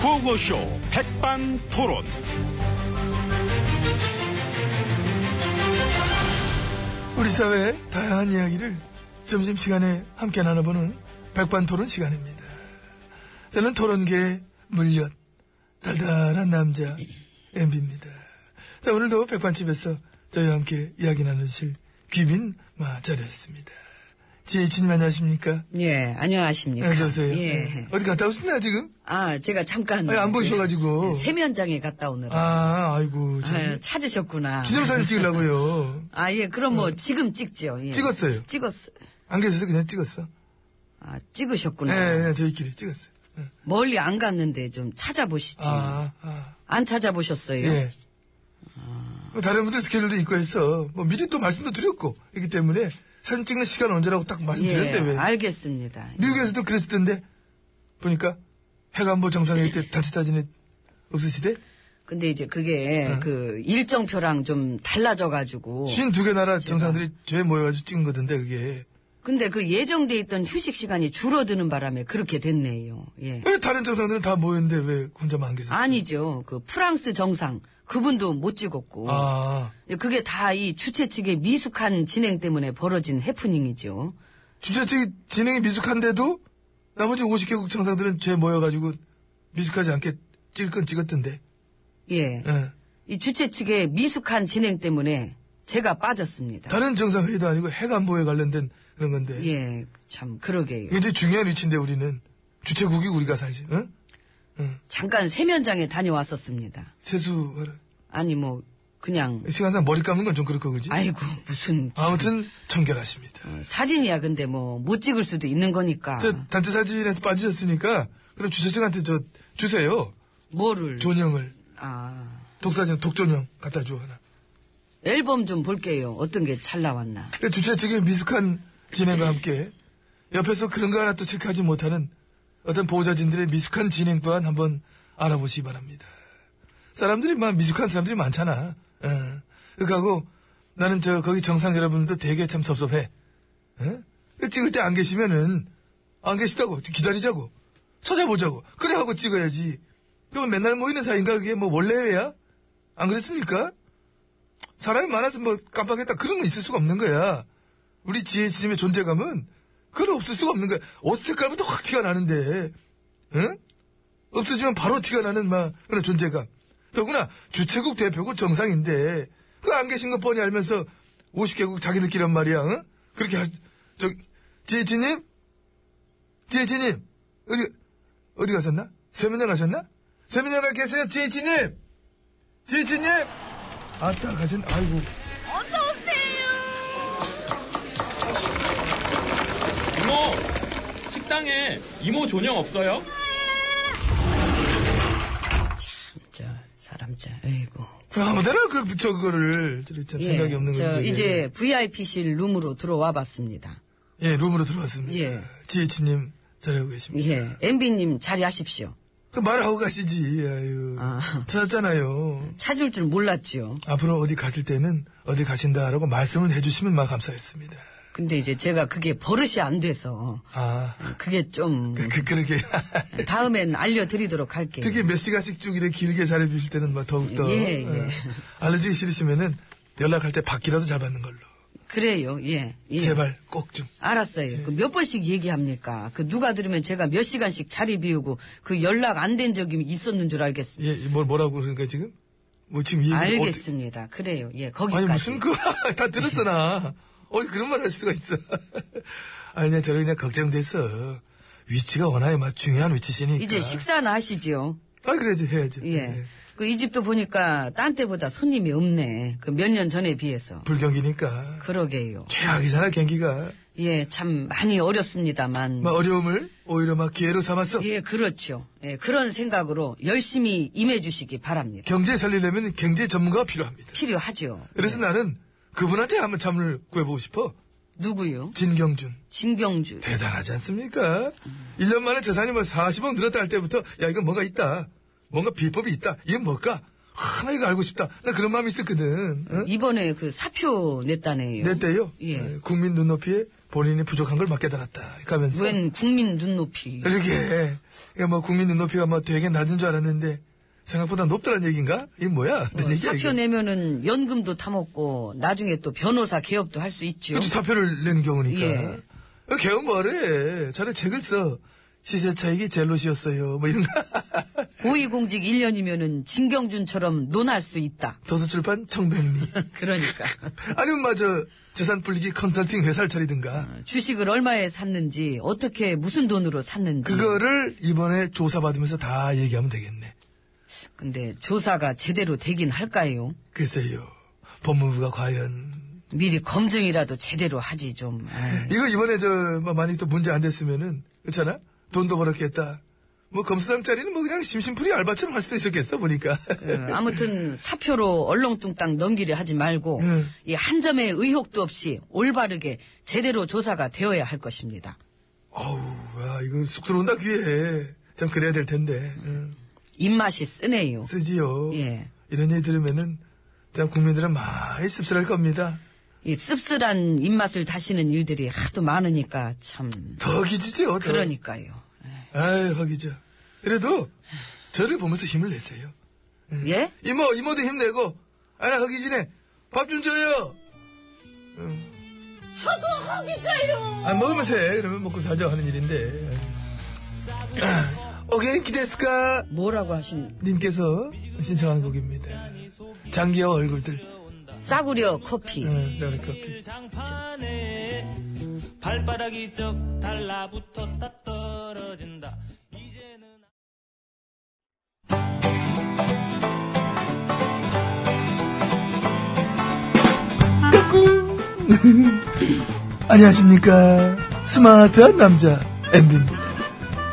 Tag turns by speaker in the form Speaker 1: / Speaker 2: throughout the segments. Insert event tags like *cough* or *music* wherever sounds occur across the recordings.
Speaker 1: 구호쇼 백반토론.
Speaker 2: 우리 사회의 다양한 이야기를 점심시간에 함께 나눠보는 백반토론 시간입니다. 저는 토론계의 물엿, 달달한 남자 MB입니다. 자 오늘도 백반집에서 저희와 함께 이야기 나누실 귀빈 마 자리하셨습니다. 지혜진님 안녕하십니까?
Speaker 3: 예, 안녕하십니까.
Speaker 2: 안녕하세요. 네.
Speaker 3: 예.
Speaker 2: 어디 갔다 오셨나 지금?
Speaker 3: 아, 제가 잠깐.
Speaker 2: 아니, 안 보이셔가지고.
Speaker 3: 예, 세면장에 갔다 오느라.
Speaker 2: 아 아이고
Speaker 3: 아,
Speaker 2: 참.
Speaker 3: 찾으셨구나.
Speaker 2: 기념사진 찍으려고요. 어.
Speaker 3: *laughs* 아, 예, 그럼 뭐, 지금 찍죠. 예.
Speaker 2: 찍었어요.
Speaker 3: 찍었,
Speaker 2: 안 계셔서 그냥 찍었어.
Speaker 3: 아,
Speaker 2: 예,
Speaker 3: 찍으셨구나.
Speaker 2: 예 저희끼리 찍었어요. 예.
Speaker 3: 멀리 안 갔는데 좀 찾아보시지.
Speaker 2: 아, 아.
Speaker 3: 안 찾아보셨어요.
Speaker 2: 예. 뭐 다른 분들 스케줄도 있고 해서 뭐 미리 또 말씀도 드렸고 이기 때문에 사진 찍는 시간 언제라고 딱 말씀드렸는데 왜
Speaker 3: 예, 알겠습니다. 예.
Speaker 2: 미국에서도 그랬었던데 보니까 해관보 정상회의 때 단체 사진이 없으시대
Speaker 3: 근데 이제 그게
Speaker 2: 네.
Speaker 3: 그 일정표랑 좀 달라져가지고.
Speaker 2: 52개 나라 정상들이 죄 모여가지고 찍은 거던데 그게
Speaker 3: 근데 그 예정돼 있던 휴식 시간이 줄어드는 바람에 그렇게 됐네요. 예.
Speaker 2: 왜 다른 정상들은 다 모였는데 왜 혼자만 안 계세요?
Speaker 3: 아니죠. 그 프랑스 정상 그분도 못 찍었고
Speaker 2: 아
Speaker 3: 그게 다 이 주최 측의 미숙한 진행 때문에 벌어진 해프닝이죠.
Speaker 2: 주최 측이 진행이 미숙한데도 나머지 50개국 정상들은 죄 모여가지고 미숙하지 않게 찍을 건 찍었던데
Speaker 3: 예,
Speaker 2: 예.
Speaker 3: 이 주최 측의 미숙한 진행 때문에 제가 빠졌습니다.
Speaker 2: 다른 정상회의도 아니고 해관보에 관련된 그런 건데
Speaker 3: 예, 참 그러게요.
Speaker 2: 굉장히 중요한 위치인데 우리는 주최국이 우리가 사실 응?
Speaker 3: 잠깐 세면장에 다녀왔었습니다.
Speaker 2: 세수
Speaker 3: 아니 뭐 그냥
Speaker 2: 시간상 머리 감는 건 좀 그렇고 그지?
Speaker 3: 아이고 무슨 참.
Speaker 2: 아무튼 청결하십니다.
Speaker 3: 아. 사진이야 근데 뭐 못 찍을 수도 있는 거니까
Speaker 2: 저 단체 사진에서 빠지셨으니까 그럼 주최생한테 저 주세요
Speaker 3: 뭐를
Speaker 2: 존영을
Speaker 3: 아
Speaker 2: 독사진 독존영 갖다 줘 하나.
Speaker 3: 앨범 좀 볼게요. 어떤 게 잘 나왔나.
Speaker 2: 그 주최 측의 미숙한 진행과 함께 옆에서 그런 거 하나 또 체크하지 못하는 어떤 보호자진들의 미숙한 진행 또한 한번 알아보시기 바랍니다. 사람들이 막 미숙한 사람들이 많잖아. 어. 그하고 나는 저 거기 정상 여러분들도 되게 참 섭섭해. 어? 그 찍을 때 안 계시면은 안 계시다고 기다리자고 찾아보자고 그래 하고 찍어야지. 그럼 맨날 모이는 사이인가 그게 뭐 원래야? 안 그랬습니까? 사람이 많아서 뭐 깜빡했다 그런 건 있을 수가 없는 거야. 우리 지혜진님의 존재감은 그건 없을 수가 없는 거야. 옷 색깔부터 확 티가 나는데, 응? 없어지면 바로 티가 나는 막 그런 존재감. 더구나 주최국 대표고 정상인데 그 안 계신 거 뻔히 알면서 50개국 자기들끼리란 말이야. 응? 그렇게 하, 저 지혜진님, 지혜진님 어디 어디 가셨나? 세면장 가셨나? 세면장 가 계세요, 지혜진님, 지혜진님. 아따 가신 아이고.
Speaker 4: 이모! 식당에 이모 존영 없어요?
Speaker 3: 저 사람 자, 아이고.
Speaker 2: 아무데나 그 붙여 그거를 저리 참 생각이 없는
Speaker 3: 예,
Speaker 2: 예,
Speaker 3: 저
Speaker 2: 거지.
Speaker 3: 이제 VIP실 룸으로 들어와 봤습니다.
Speaker 2: 예 룸으로 들어왔습니다.
Speaker 3: 예.
Speaker 2: 지혜치님 잘하고 계십니다.
Speaker 3: 예, MB님 자리하십시오.
Speaker 2: 그 말하고 가시지. 아유
Speaker 3: 아.
Speaker 2: 찾았잖아요.
Speaker 3: 찾을 줄 몰랐지요.
Speaker 2: 앞으로 어디 가실 때는 어디 가신다라고 말씀을 해주시면 막 감사했습니다.
Speaker 3: 근데 이제 제가 그게 버릇이 안 돼서
Speaker 2: 아
Speaker 3: 그게 좀
Speaker 2: 그, 그,
Speaker 3: *laughs*
Speaker 2: 그렇게
Speaker 3: 다음엔 알려드리도록 할게요.
Speaker 2: 특히 몇 시간씩 쭉 이렇게 길게 잘해주실 때는 막 더욱더
Speaker 3: 예, 예.
Speaker 2: 어, 알려주기 싫으시면은 연락할 때 받기라도 잘 받는 걸로
Speaker 3: 그래요, 예. 예.
Speaker 2: 제발 꼭 좀.
Speaker 3: 알았어요. 그 몇 번씩 얘기합니까? 그 누가 들으면 제가 몇 시간씩 자리 비우고 그 연락 안 된 적이 있었는 줄 알겠습니다.
Speaker 2: 예, 뭘 뭐라고 그러니까 지금? 뭐 지금 이 얘기를 어떻게-
Speaker 3: 알겠습니다. 그래요. 예, 거기까지.
Speaker 2: 아니 무슨 그 *laughs* 다 들었어 나. 어디 그런 말 할 수가 있어. *laughs* 아니 그냥 저를 그냥 걱정돼서 위치가 워낙에 막 중요한 위치시니까.
Speaker 3: 이제 식사나 하시지요.
Speaker 2: 아 그래야지 해야지.
Speaker 3: 예. 그 이 집도 보니까 딴 때보다 손님이 없네. 그 몇 년 전에 비해서.
Speaker 2: 불경기니까
Speaker 3: 그러게요.
Speaker 2: 최악이잖아 경기가.
Speaker 3: 예, 참 많이 어렵습니다만.
Speaker 2: 막 어려움을 오히려 막 기회로 삼았어.
Speaker 3: 예, 그렇죠. 예, 그런 생각으로 열심히 임해주시기 바랍니다.
Speaker 2: 경제 살리려면 경제 전문가가 필요합니다.
Speaker 3: 필요하죠.
Speaker 2: 그래서 나는 그분한테 한번 참을 구해보고 싶어.
Speaker 3: 누구요?
Speaker 2: 진경준.
Speaker 3: 진경주.
Speaker 2: 대단하지 않습니까? 1년 만에 재산이 뭐 40억 늘었다 할 때부터 야 이거 뭐가 있다. 뭔가 비법이 있다. 이게 뭘까? 하나 이거 알고 싶다. 나 그런 마음이 있었거든. 어?
Speaker 3: 이번에 그 사표 냈다네요.
Speaker 2: 내 때요?
Speaker 3: 예.
Speaker 2: 어, 국민 눈높이에 본인이 부족한 걸 막 깨달았다. 가면서.
Speaker 3: 웬 국민 눈높이.
Speaker 2: 그러게. 이게 뭐 국민 눈높이가 뭐 되게 낮은 줄 알았는데 생각보다 높다는 얘기인가? 이게 뭐야?
Speaker 3: 어,
Speaker 2: 어떤 얘기야?
Speaker 3: 사표
Speaker 2: 이거?
Speaker 3: 내면은 연금도 타먹고 나중에 또 변호사 개업도 할 수 있죠.
Speaker 2: 그치, 사표를 낸 경우니까.
Speaker 3: 예.
Speaker 2: 어, 걔는 뭐래. 자네 책을 써. 시세 차익이 젤롯이었어요. 뭐 이런 거. *laughs*
Speaker 3: 고위공직 1년이면은 진경준처럼 논할 수 있다.
Speaker 2: 도서출판 청백리.
Speaker 3: 그러니까
Speaker 2: 아니면 마저 재산 불리기 컨설팅 회사를
Speaker 3: 아,
Speaker 2: 차리든가.
Speaker 3: 주식을 얼마에 샀는지 어떻게 무슨 돈으로 샀는지.
Speaker 2: 그거를 이번에 조사받으면서 다 얘기하면 되겠네.
Speaker 3: 근데 조사가 제대로 되긴 할까요?
Speaker 2: 글쎄요. 법무부가 과연.
Speaker 3: 미리 검증이라도 제대로 하지 좀. 아이,
Speaker 2: 이거 이번에 저, 뭐 만약에 또 문제 안 됐으면은, 그렇잖아? 돈도 벌었겠다. 뭐 검수상 자리는 뭐 그냥 심심풀이 알바처럼 할 수도 있었겠어, 보니까.
Speaker 3: 그, 아무튼 사표로 얼렁뚱땅 넘기려 하지 말고
Speaker 2: 네.
Speaker 3: 이 한 점의 의혹도 없이 올바르게 제대로 조사가 되어야 할 것입니다.
Speaker 2: *laughs* 어우, 와, 이거 쑥 들어온다, 귀에. 참, 그래야 될 텐데. 응,
Speaker 3: 입맛이 쓰네요.
Speaker 2: 쓰지요.
Speaker 3: 예.
Speaker 2: 이런 얘기 들으면은, 참, 국민들은 많이 씁쓸할 겁니다.
Speaker 3: 이 씁쓸한 입맛을 다시는 일들이 하도 많으니까 참
Speaker 2: 더 기지죠, 더.
Speaker 3: 그러니까요.
Speaker 2: 아유, 허기죠. 그래도, 저를 보면서 힘을 내세요.
Speaker 3: 예?
Speaker 2: 이모, 이모도 힘내고, 아, 나 허기지네. 밥 좀 줘요! 응. 저도 허기져요! 아, 먹으면서 해. 그러면 먹고 살자 하는 일인데. 아, 오겐 기대스까?
Speaker 3: 뭐라고 하십니까?
Speaker 2: 님께서 신청한 곡입니다. 장기하 얼굴들.
Speaker 3: 싸구려 커피.
Speaker 2: 응, 자, 우리 커피.
Speaker 5: 장판에 발바닥이 쩍 달라붙었다 떨어진다 이제는
Speaker 2: *laughs* 안녕하십니까. 스마트한 남자, 엠비입니다.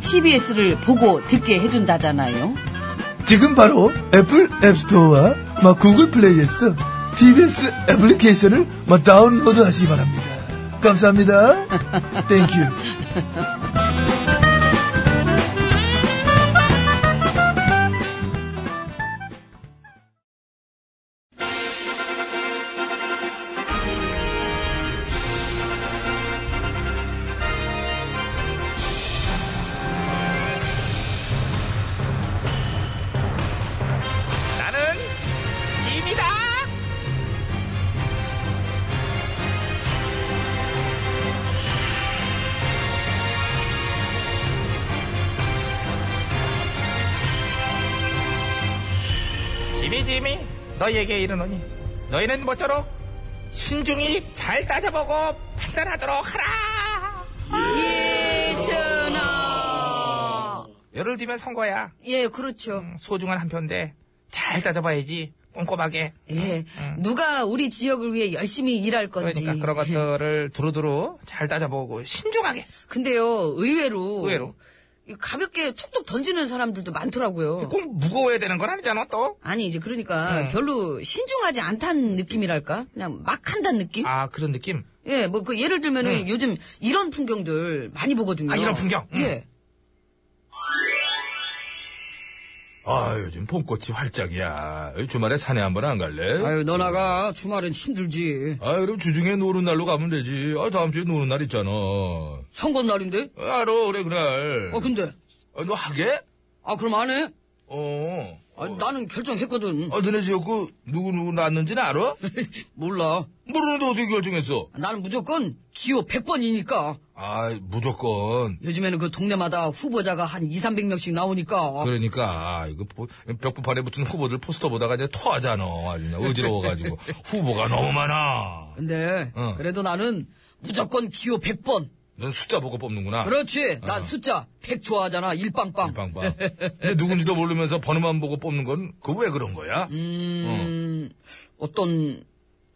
Speaker 3: TBS를 보고 듣게 해준다잖아요.
Speaker 2: 지금 바로 애플 앱스토어와 마, 구글 플레이에서 TBS 애플리케이션을 마, 다운로드 하시기 바랍니다. 감사합니다. 땡큐.
Speaker 1: 나는 짐이다.
Speaker 5: 지미 지미 너희에게 이르노니 너희는 모쪼록 신중히 잘 따져보고 판단하도록 하라
Speaker 3: 예천아.
Speaker 5: 열흘 뒤면 선거야
Speaker 3: 예, 그렇죠.
Speaker 5: 음, 소중한 한 표인데 잘 따져봐야지 꼼꼼하게
Speaker 3: 예, 누가 우리 지역을 위해 열심히 일할 건지.
Speaker 5: 음. 그러니까 그런 것들을 두루두루 잘 따져보고 신중하게
Speaker 3: 근데요, 의외로.
Speaker 5: 의외로.
Speaker 3: 이 가볍게 툭툭 던지는 사람들도 많더라고요.
Speaker 5: 꼭 무거워야 되는 건 아니잖아 또
Speaker 3: 아니 이제 그러니까
Speaker 5: 네.
Speaker 3: 별로 신중하지 않다는 느낌이랄까 그냥 막 한다는 느낌
Speaker 5: 아 그런 느낌?
Speaker 3: 예 뭐 그 예를 들면은 요즘 이런 풍경들 많이 보거든요
Speaker 5: 아, 이런 풍경? 음.
Speaker 3: 예
Speaker 6: 아 요즘 봄꽃이 활짝이야. 주말에 산에 한번 안
Speaker 5: 네.
Speaker 6: 갈래?
Speaker 3: 아유 너 나가 주말엔 힘들지
Speaker 6: 아 그럼 주중에 노는 날로 가면 되지. 아 다음 주에 노는 날 있잖아.
Speaker 3: 선거 날인데
Speaker 5: 네.
Speaker 6: 알아 그래 그날.
Speaker 3: 어 근데
Speaker 6: 아, 너 하게?
Speaker 3: 아 그럼 안해
Speaker 6: 어.
Speaker 3: 아, 나는
Speaker 5: 어.
Speaker 3: 결정했거든
Speaker 6: 아 너네 지역구 누구 누구 낳았는지는 알아?
Speaker 3: *laughs* 몰라
Speaker 6: 모르는데 어떻게 결정했어?
Speaker 3: 나는 무조건 기호 100번이니까
Speaker 6: 아 무조건.
Speaker 3: 요즘에는 그 동네마다 후보자가 한 2, 300명씩 나오니까
Speaker 6: 그러니까 아, 이거 보- 벽부판에 붙은 후보들 포스터 보다가 이제 토하잖아. 아주 그냥 어지러워가지고 *laughs* 후보가 너무 많아.
Speaker 3: 근데
Speaker 6: 어.
Speaker 3: 그래도 나는 무조건 기호 100번
Speaker 6: 넌 숫자 보고 뽑는구나.
Speaker 3: 그렇지
Speaker 6: 어.
Speaker 3: 난 숫자 100 좋아하잖아 일빵빵 네.
Speaker 6: 빵빵. 근데 누군지도 음. 모르면서 번호만 보고 뽑는 건 그 왜 그런 거야?
Speaker 3: 음, 어떤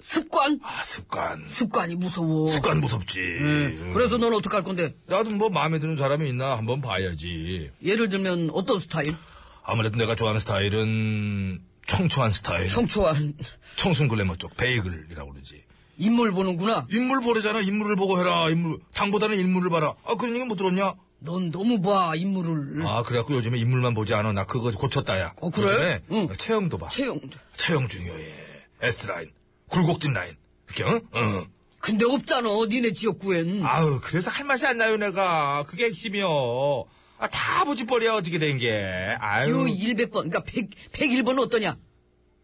Speaker 3: 습관?
Speaker 6: 아, 습관.
Speaker 3: 습관이 무서워.
Speaker 6: 습관 무섭지. 음.
Speaker 3: 예, 그래서 넌 어떻게 할 건데?
Speaker 6: 나도 뭐 마음에 드는 사람이 있나 한번 봐야지.
Speaker 3: 예를 들면 어떤 스타일?
Speaker 6: 아무래도 내가 좋아하는 스타일은 청초한 스타일.
Speaker 3: 청초한
Speaker 6: 청순 글래머 쪽 베이글이라고 그러지.
Speaker 3: 인물 보는구나.
Speaker 6: 인물 보래잖아. 인물을 보고 해라. 인물. 당보다는 인물을 봐라. 아 그런 얘기 못 들었냐?
Speaker 3: 넌 너무 봐 인물을.
Speaker 6: 아 그래갖고 요즘에 인물만 보지 않아. 나 그거 고쳤다야.
Speaker 3: 어, 그래?
Speaker 6: 요즘에
Speaker 3: 응.
Speaker 6: 체형도 봐.
Speaker 3: 채용.
Speaker 6: 체형 중요해. S 라인, 굴곡진 라인. 이렇게 응? 응.
Speaker 3: 근데 없잖아 니네 지역구엔.
Speaker 6: 아우 그래서 할 맛이 안 나요 내가. 그게 핵심이요. 아, 다 보지뻘이야 어떻게 된 게.
Speaker 3: 기호
Speaker 6: 아유.
Speaker 3: 100번 그러니까 100, 101번은 어떠냐?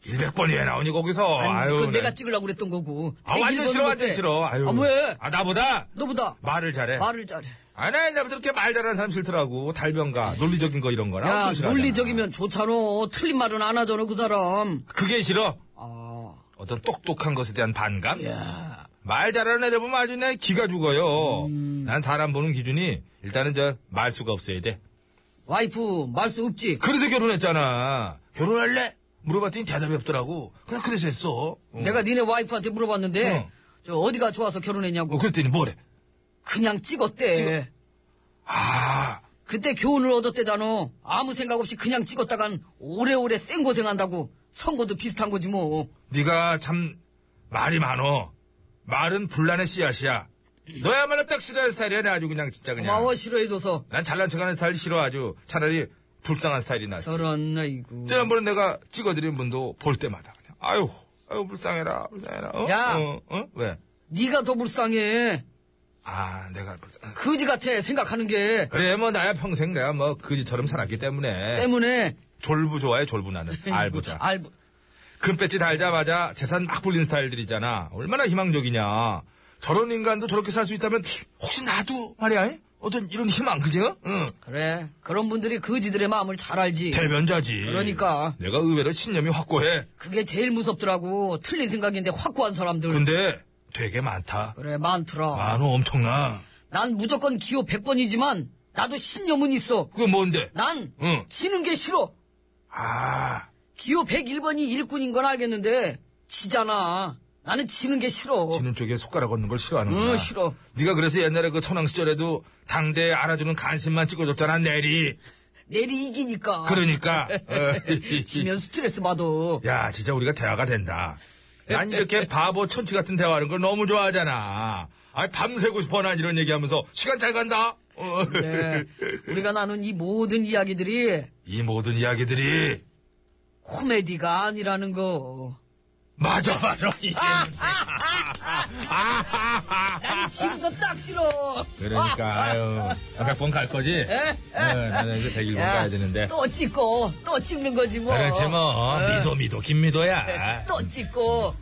Speaker 6: 100번이 왜 나오니 거기서.
Speaker 3: 아니,
Speaker 6: 아유.
Speaker 3: 그건
Speaker 6: 내-
Speaker 3: 내가 찍으려고 그랬던 거고.
Speaker 6: 아, 완전
Speaker 3: 101번은
Speaker 6: 싫어, 완전
Speaker 3: 어때?
Speaker 6: 싫어. 아유.
Speaker 3: 아 왜?
Speaker 6: 아, 나보다
Speaker 3: 너보다
Speaker 6: 말을 잘해.
Speaker 3: 말을 잘해.
Speaker 6: 아, 나 옛날부터 이렇게 말 잘하는 사람 싫더라고. 달변가, 논리적인 거 이런 거나.
Speaker 3: 야
Speaker 6: 엄청 싫어하잖아.
Speaker 3: 논리적이면 좋잖아. 틀린 말은 안 하잖아 그 사람.
Speaker 6: 그게 싫어.
Speaker 3: 아
Speaker 6: 어떤 똑똑한 것에 대한 반감?
Speaker 3: 야.
Speaker 6: 말 잘하는 애들 보면 아주 내 기가 죽어요.
Speaker 3: 음.
Speaker 6: 난 사람 보는 기준이 일단은 저 말수가 없어야 돼.
Speaker 3: 와이프 말 수 없지.
Speaker 6: 그래서 결혼했잖아. 결혼할래? 물어봤더니 대답이 없더라고. 그냥 그래서 했어. 어.
Speaker 3: 내가 니네 와이프한테 물어봤는데
Speaker 6: 응.
Speaker 3: 저 어디가 좋아서 결혼했냐고.
Speaker 6: 어, 그랬더니 뭐래?
Speaker 3: 그냥 찍었대.
Speaker 6: 아,
Speaker 3: 그때 교훈을 얻었대잖아. 아무 생각 없이 그냥 찍었다간 오래오래 생고생한다고. 선고도 비슷한 거지 뭐.
Speaker 6: 네가 참 말이 많어. 말은 분란의 씨앗이야. 너야말로 딱 싫어하는 스타일이야. 내 아주 그냥 진짜 그냥.
Speaker 3: 고마워 싫어해줘서.
Speaker 6: 난 잘난 척하는 스타일 싫어 아주. 차라리 불쌍한 스타일이 낫지.
Speaker 3: 저런 아이고.
Speaker 6: 지난번에 내가 찍어드린 분도 볼 때마다 그냥 아유, 아유 불쌍해라, 불쌍해라. 어?
Speaker 3: 야!
Speaker 6: 어? 어? 왜?
Speaker 3: 네가 더 불쌍해.
Speaker 6: 아, 내가 불쌍.
Speaker 3: 거지 같아 생각하는 게.
Speaker 6: 그래 뭐 나야 평생 내가 뭐 그지처럼 살았기 때문에
Speaker 3: 때문에 아,
Speaker 6: 졸부 좋아해 졸부
Speaker 3: *laughs*
Speaker 6: 나는 알부자
Speaker 3: 알부.
Speaker 6: 금배지 달자마자 재산 막 불린 스타일들이잖아 얼마나 희망적이냐 저런 인간도 저렇게 살 수 있다면 혹시 나도 말이야 어떤 이런 희망 그죠? 응.
Speaker 3: 그래. 그런 분들이 거지들의 마음을 잘 알지.
Speaker 6: 대변자지
Speaker 3: 그러니까.
Speaker 6: 내가 의외로 신념이 확고해
Speaker 3: 그게 제일 무섭더라고. 틀린 생각인데 확고한 사람들.
Speaker 6: 근데 아. 되게 많다
Speaker 3: 그래 많더라.
Speaker 6: 많어 엄청나
Speaker 3: 난 무조건 기호 100번이지만 나도 신념은 있어.
Speaker 6: 그게 뭔데?
Speaker 3: 난
Speaker 6: 응.
Speaker 3: 지는 게 싫어.
Speaker 6: 아
Speaker 3: 기호 101번이 일꾼인 건 알겠는데 지잖아. 나는 지는 게 싫어.
Speaker 6: 지는 쪽에 손가락 얹는 걸 싫어하는구나
Speaker 3: 응, 싫어.
Speaker 6: 네가 그래서 옛날에 그 천황 시절에도 당대에 알아주는 간신만 찍어줬잖아 내리
Speaker 3: 내리 이기니까.
Speaker 6: 그러니까
Speaker 3: *laughs* 아, 네. 지면 스트레스 받아.
Speaker 6: 야, 진짜 우리가 대화가 된다. 난 이렇게
Speaker 3: *laughs*
Speaker 6: 바보 천치 같은 대화하는 걸 너무 좋아하잖아. 아이, 밤새고 싶어, 난 이런 얘기 하면서. 시간 잘 간다. 어.
Speaker 3: 네. 우리가 나눈 이 모든 이야기들이
Speaker 6: 이 모든 이야기들이.
Speaker 3: 코미디가 아니라는 거.
Speaker 6: 맞아, 맞아.
Speaker 3: *laughs*
Speaker 6: 이게.
Speaker 3: 나는 지는 거 딱 싫어.
Speaker 6: 그러니까, 아유. 100번 갈 거지? 네, 나는 이제 101번
Speaker 3: 야,
Speaker 6: 가야 되는데. 아,
Speaker 3: 또 찍고 또 찍는 거지 뭐. 네.
Speaker 6: 그렇지, 뭐. 미도, 미도, 김미도야.
Speaker 3: 또 찍고